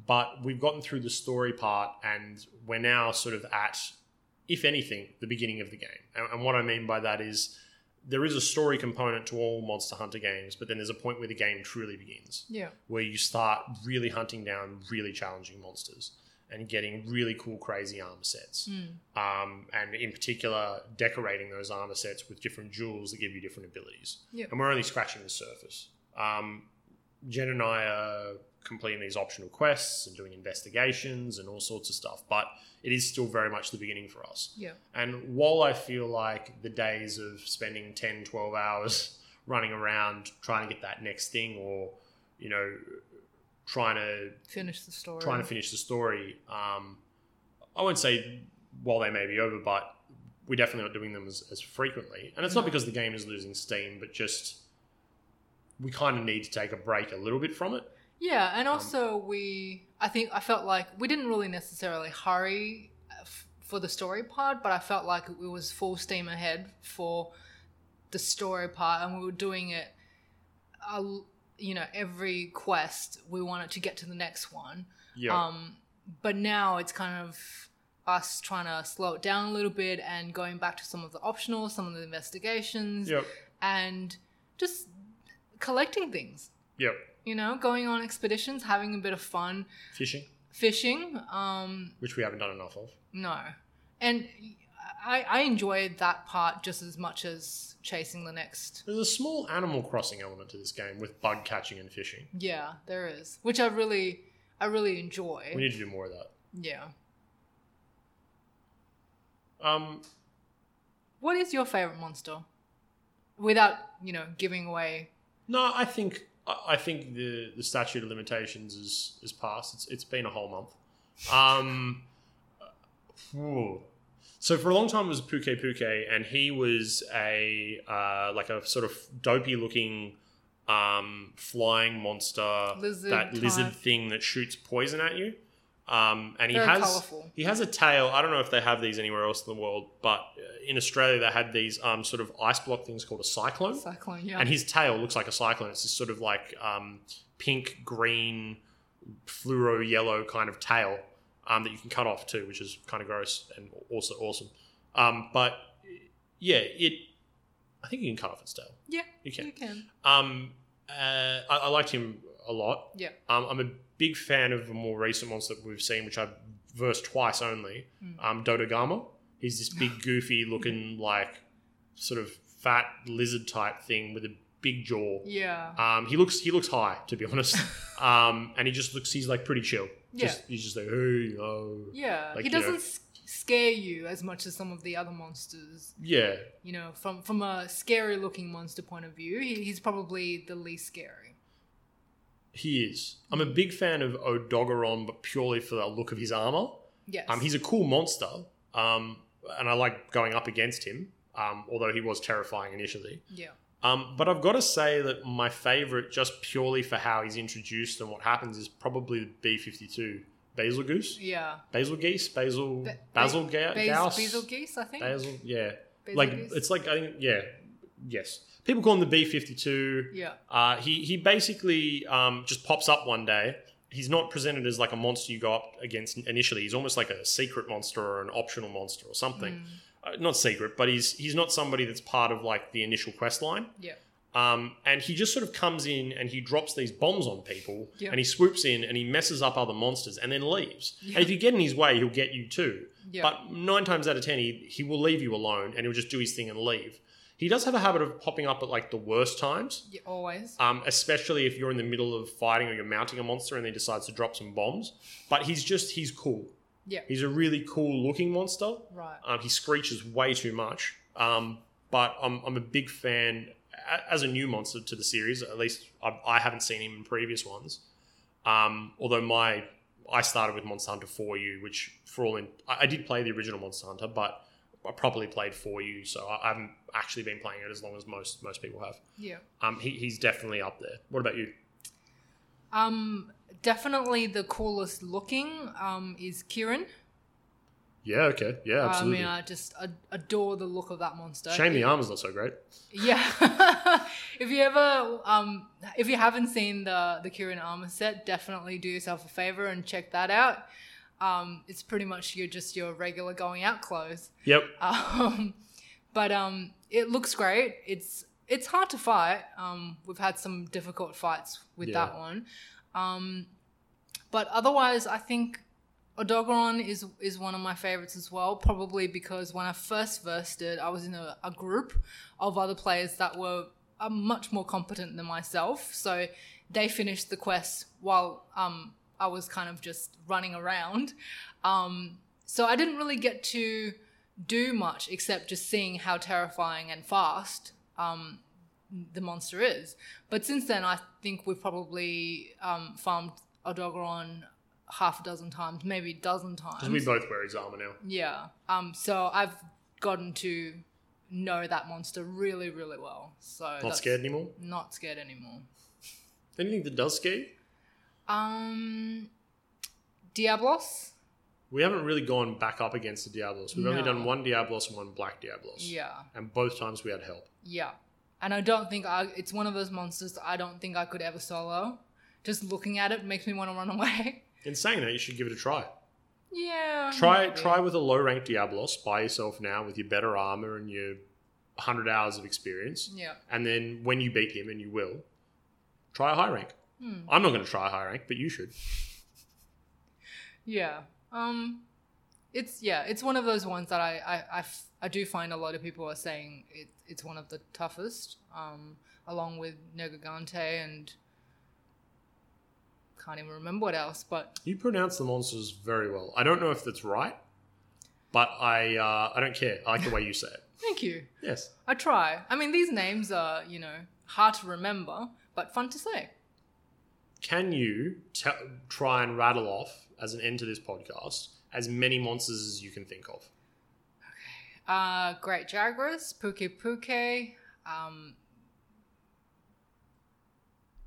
Speaker 1: but we've gotten through the story part, and we're now sort of at, if anything, the beginning of the game. And, and what I mean by that is. There is a story component to all Monster Hunter games, but then there's a point where the game truly begins
Speaker 2: Yeah.
Speaker 1: where you start really hunting down really challenging monsters and getting really cool, crazy armor sets.
Speaker 2: Mm.
Speaker 1: Um, and in particular, decorating those armor sets with different jewels that give you different abilities.
Speaker 2: Yep.
Speaker 1: And we're only scratching the surface. Um, Jen and I are completing these optional quests and doing investigations and all sorts of stuff, but it is still very much the beginning for us.
Speaker 2: Yeah.
Speaker 1: And while I feel like the days of spending 10, 12 hours *laughs* running around trying to get that next thing or, you know, trying to
Speaker 2: Finish the story.
Speaker 1: trying to finish the story, um, I won't say while they may be over, but we're definitely not doing them as, as frequently. And it's not because the game is losing steam, but just we kind of need to take a break a little bit from it.
Speaker 2: Yeah, and also we, I think I felt like we didn't really necessarily hurry uh, f- for the story part, but I felt like it was full steam ahead for the story part, and we were doing it, a l you know, every quest we wanted to get to the next one.
Speaker 1: Yeah.
Speaker 2: Um, but now it's kind of us trying to slow it down a little bit and going back to some of the optionals, some of the investigations,
Speaker 1: yep.
Speaker 2: and just collecting things
Speaker 1: Yep.
Speaker 2: you know, going on expeditions, having a bit of fun,
Speaker 1: Fishing,
Speaker 2: fishing. Um,
Speaker 1: which we haven't done enough of.
Speaker 2: no, and I, I enjoyed that part just as much as chasing the next.
Speaker 1: There's a small Animal Crossing element to this game with bug catching and fishing.
Speaker 2: Yeah, there is, which I really, I really enjoy.
Speaker 1: We need to do more of that.
Speaker 2: yeah.
Speaker 1: Um,
Speaker 2: What is your favorite monster? Without you know giving away.
Speaker 1: no, I think I I think the the statute of limitations is is passed. It's it's been a whole month. Um, *laughs* whew. so for a long time it was Puke Puke, and he was a uh, like a sort of dopey looking um, flying monster,
Speaker 2: Lizard
Speaker 1: Oh, that lizard
Speaker 2: type.
Speaker 1: thing that shoots poison at you. Um, and he
Speaker 2: Very
Speaker 1: has
Speaker 2: colourful.
Speaker 1: he has a tail. I don't know if they have these anywhere else in the world, but uh, in Australia they had these um, sort of ice block things called a cyclone
Speaker 2: Cyclone, yeah.
Speaker 1: and his tail looks like a cyclone. It's this sort of like um, pink, green, fluoro yellow kind of tail um, that you can cut off too, which is kind of gross and also awesome. Um, but yeah, it. I think you can cut off its tail.
Speaker 2: yeah,
Speaker 1: You can.
Speaker 2: you can.
Speaker 1: Um, uh, I, I liked him a lot.
Speaker 2: Yeah.
Speaker 1: Um, I'm a big fan of the more recent ones that we've seen, which I've versed twice only.
Speaker 2: Mm.
Speaker 1: Um, Dodogama. He's this big, goofy looking, like, sort of fat lizard type thing with a big jaw.
Speaker 2: Yeah.
Speaker 1: Um, he looks he looks high, to be
Speaker 2: *laughs*
Speaker 1: honest. um, and he just looks he's like pretty chill. Just, he's just like, hey, oh.
Speaker 2: Yeah.
Speaker 1: like,
Speaker 2: he
Speaker 1: you know-
Speaker 2: doesn't s- scare you as much as some of the other monsters.
Speaker 1: Yeah.
Speaker 2: you know, from from a scary looking monster point of view, he, he's probably the least scary.
Speaker 1: He is. I'm a big fan of Odogaron, but purely for the look of his armor.
Speaker 2: Yes.
Speaker 1: Um, he's a cool monster. Um, and I like going up against him, um, although he was terrifying initially.
Speaker 2: Yeah.
Speaker 1: Um, but I've got to say that my favourite, just purely for how he's introduced and what happens, is probably B fifty two Basil Goose,
Speaker 2: Yeah.
Speaker 1: Basil Geese, Basil
Speaker 2: Ba-
Speaker 1: Basil Ga-
Speaker 2: Bas-
Speaker 1: Gauss,
Speaker 2: Basil geese, I think.
Speaker 1: Basil, yeah,
Speaker 2: Basil
Speaker 1: like
Speaker 2: goose.
Speaker 1: it's like I think yeah, yes. People call him the B fifty two.
Speaker 2: yeah.
Speaker 1: Uh, he he basically um, just pops up one day. He's not presented as like a monster you go up against initially. He's almost like a secret monster or an optional monster or something.
Speaker 2: Mm,
Speaker 1: Uh, not secret, but he's he's not somebody that's part of like the initial quest line.
Speaker 2: yeah.
Speaker 1: Um, and he just sort of comes in and he drops these bombs on people,
Speaker 2: Yeah.
Speaker 1: and he swoops in and he messes up other monsters and then leaves.
Speaker 2: Yeah.
Speaker 1: And if you get in his way, he'll get you too.
Speaker 2: Yeah.
Speaker 1: But nine times out of ten, he, he will leave you alone and he'll just do his thing and leave. He does have a habit of popping up at like the worst times.
Speaker 2: yeah. Always.
Speaker 1: Um, especially if you're in the middle of fighting or you're mounting a monster and he decides to drop some bombs. But he's just, he's cool.
Speaker 2: Yeah.
Speaker 1: He's a really cool looking monster.
Speaker 2: Right.
Speaker 1: Um, he screeches way too much. Um, but I'm, I'm a big fan, a- as a new monster to the series, at least I, I haven't seen him in previous ones. Um, although my, I started with Monster Hunter 4U, which for all in, I, I did play the original Monster Hunter, but I probably played 4U, so I, I haven't actually been playing it as long as most, most people have.
Speaker 2: Yeah.
Speaker 1: Um, he, he's definitely up there. What about you?
Speaker 2: Um, definitely the coolest looking um, is Kieran.
Speaker 1: Yeah, okay, yeah,
Speaker 2: I mean, Um, I just ad- adore the look of that monster.
Speaker 1: Shame the armor's not so great.
Speaker 2: Yeah. *laughs* if you ever, um, if you haven't seen the the Kieran armor set, definitely do yourself a favor and check that out. Um, it's pretty much your just your regular going out clothes.
Speaker 1: Yep.
Speaker 2: Um, but um, it looks great. It's it's hard to fight. Um, we've had some difficult fights with
Speaker 1: Yeah.
Speaker 2: that one. Um, but otherwise, I think Odogaron is is one of my favorites as well. Probably because when I first versed it, I was in a, a group of other players that were uh, much more competent than myself. So they finished the quest while um, I was kind of just running around. Um, so I didn't really get to do much except just seeing how terrifying and fast um, the monster is. But since then, I think we've probably um, farmed Odogaron half a dozen times, maybe a dozen times.
Speaker 1: Because we both wear his armor now.
Speaker 2: yeah. Um, so I've gotten to know that monster really, really well. So
Speaker 1: Not
Speaker 2: that's-
Speaker 1: scared anymore.
Speaker 2: Not scared anymore.
Speaker 1: Anything that does scare you?
Speaker 2: Um, Diablos.
Speaker 1: We haven't really gone back up against the Diablos. We've only
Speaker 2: No.
Speaker 1: done one Diablos and one Black Diablos.
Speaker 2: Yeah.
Speaker 1: And both times we had help.
Speaker 2: Yeah. And I don't think I it's one of those monsters I don't think I could ever solo. Just looking at it makes me want to run away. *laughs*
Speaker 1: In saying that, you should give it a try.
Speaker 2: yeah.
Speaker 1: Try
Speaker 2: maybe.
Speaker 1: try with a low rank Diablos by yourself now with your better armor and your 100 hours of experience.
Speaker 2: Yeah.
Speaker 1: And then when you beat him, and you will, try a high rank.
Speaker 2: Hmm.
Speaker 1: I'm not going to try a high rank, but you should.
Speaker 2: Yeah. Um it's yeah, it's one of those ones that I I, I f- I do find a lot of people are saying it, it's one of the toughest um along with Nergigante and can't even remember what else, but
Speaker 1: You pronounce the monsters very well. I don't know if that's right, but I uh, I don't care. I like the way you say
Speaker 2: *laughs*
Speaker 1: it.
Speaker 2: thank you.
Speaker 1: Yes.
Speaker 2: I try. I mean, these names are, you know, hard to remember, but fun to say.
Speaker 1: Can you t- try and rattle off as an end to this podcast as many monsters as you can think of?
Speaker 2: Uh, Great Jaguars, Puke Puke, um,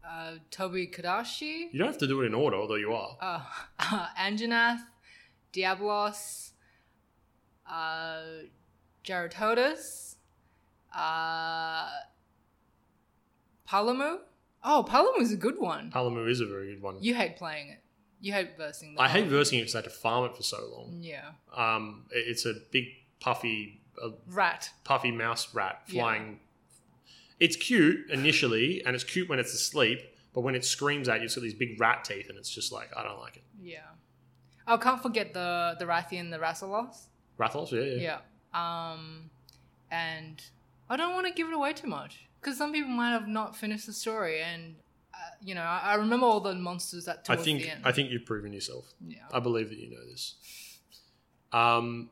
Speaker 2: uh, Toby Kadashi,
Speaker 1: You don't have to do it in order, although you are.
Speaker 2: uh, *laughs* Anjanath, Diablos, uh, Gerototus, uh, Palamu. Oh, Palamu's a good one.
Speaker 1: Palamu is a very good one.
Speaker 2: You hate playing it. You hate versing the
Speaker 1: I hate
Speaker 2: Palamu.
Speaker 1: versing it because I had to farm it for so long.
Speaker 2: Yeah.
Speaker 1: Um, it- it's a big puffy, a
Speaker 2: Rat.
Speaker 1: puffy mouse rat
Speaker 2: Yeah.
Speaker 1: flying. It's cute initially, and it's cute when it's asleep, but when it screams at you, it's got these big rat teeth, and it's just like I don't like it.
Speaker 2: Yeah. Oh, can't forget the the Rathian, the Rasselos.
Speaker 1: Rathalos, yeah, yeah.
Speaker 2: Yeah. Um, and I don't want to give it away too much because some people might have not finished the story, and uh, you know, I, I remember all the monsters that
Speaker 1: I
Speaker 2: towards
Speaker 1: think
Speaker 2: the end.
Speaker 1: I think you've proven yourself.
Speaker 2: yeah.
Speaker 1: I believe that you know this. Um.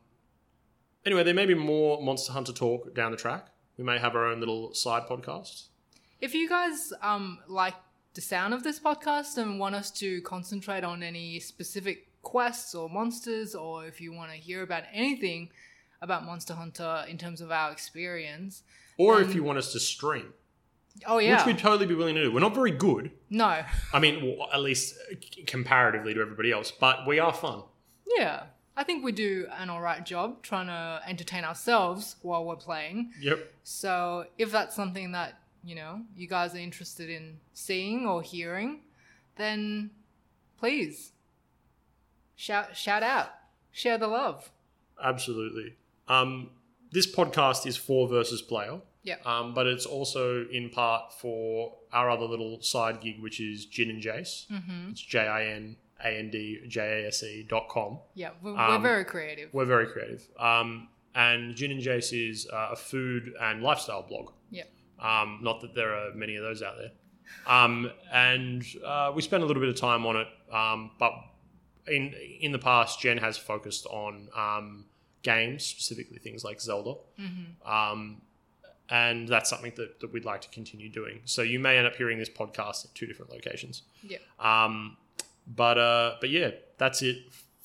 Speaker 1: Anyway, there may be more Monster Hunter talk down the track. We may have our own little side podcast.
Speaker 2: If you guys um like the sound of this podcast and want us to concentrate on any specific quests or monsters, or if you want to hear about anything about Monster Hunter in terms of our experience.
Speaker 1: Or if you want us to stream,
Speaker 2: Oh yeah,
Speaker 1: which we'd totally be willing to do. We're not very good.
Speaker 2: no,
Speaker 1: I mean, well, at least uh, c- comparatively to everybody else, but we are fun.
Speaker 2: yeah. I think we do an alright job trying to entertain ourselves while we're playing.
Speaker 1: Yep.
Speaker 2: So if that's something that you know you guys are interested in seeing or hearing, then please shout shout out, share the love.
Speaker 1: Absolutely. Um, this podcast is for versus player,
Speaker 2: Yeah,
Speaker 1: um, but it's also in part for our other little side gig, which is Gin and Jace.
Speaker 2: mm-hmm.
Speaker 1: It's J I N A N D J A S E dot com.
Speaker 2: yeah. We're, we're
Speaker 1: Um,
Speaker 2: very creative.
Speaker 1: We're very creative. Um, and Gin and Jace is uh, a food and lifestyle blog.
Speaker 2: Yep.
Speaker 1: Um, not that there are many of those out there. Um, and uh, we spend a little bit of time on it, um, but in in the past, Jen has focused on um, games, specifically things like Zelda.
Speaker 2: Mm-hmm.
Speaker 1: Um, and that's something that, that we'd like to continue doing. So you may end up hearing this podcast at two different locations.
Speaker 2: Yeah.
Speaker 1: Um, but uh, but yeah, that's it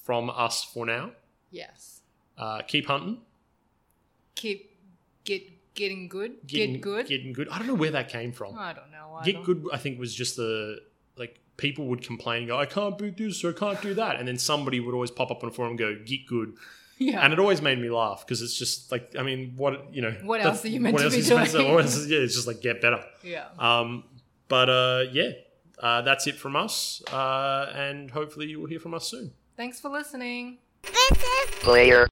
Speaker 1: from us for now.
Speaker 2: Yes.
Speaker 1: Uh, keep hunting.
Speaker 2: Keep get getting good. get good.
Speaker 1: Getting good. I don't know where that came from.
Speaker 2: I don't know. I
Speaker 1: get
Speaker 2: don't-
Speaker 1: good. I think was just the like people would complain, go, I can't do this or I can't do that, and then somebody would always pop up on a forum, and go, get
Speaker 2: *laughs*
Speaker 1: good,
Speaker 2: *laughs* Yeah.
Speaker 1: and it always made me laugh because it's just like, I mean, what you know,
Speaker 2: What
Speaker 1: that's-
Speaker 2: else are you meant
Speaker 1: what
Speaker 2: to
Speaker 1: else
Speaker 2: be
Speaker 1: are you supposed
Speaker 2: doing?
Speaker 1: what else- yeah, it's just like get better.
Speaker 2: yeah.
Speaker 1: Um, but uh, yeah, uh, that's it from us, uh, and hopefully you will hear from us soon.
Speaker 2: Thanks for listening.
Speaker 3: player.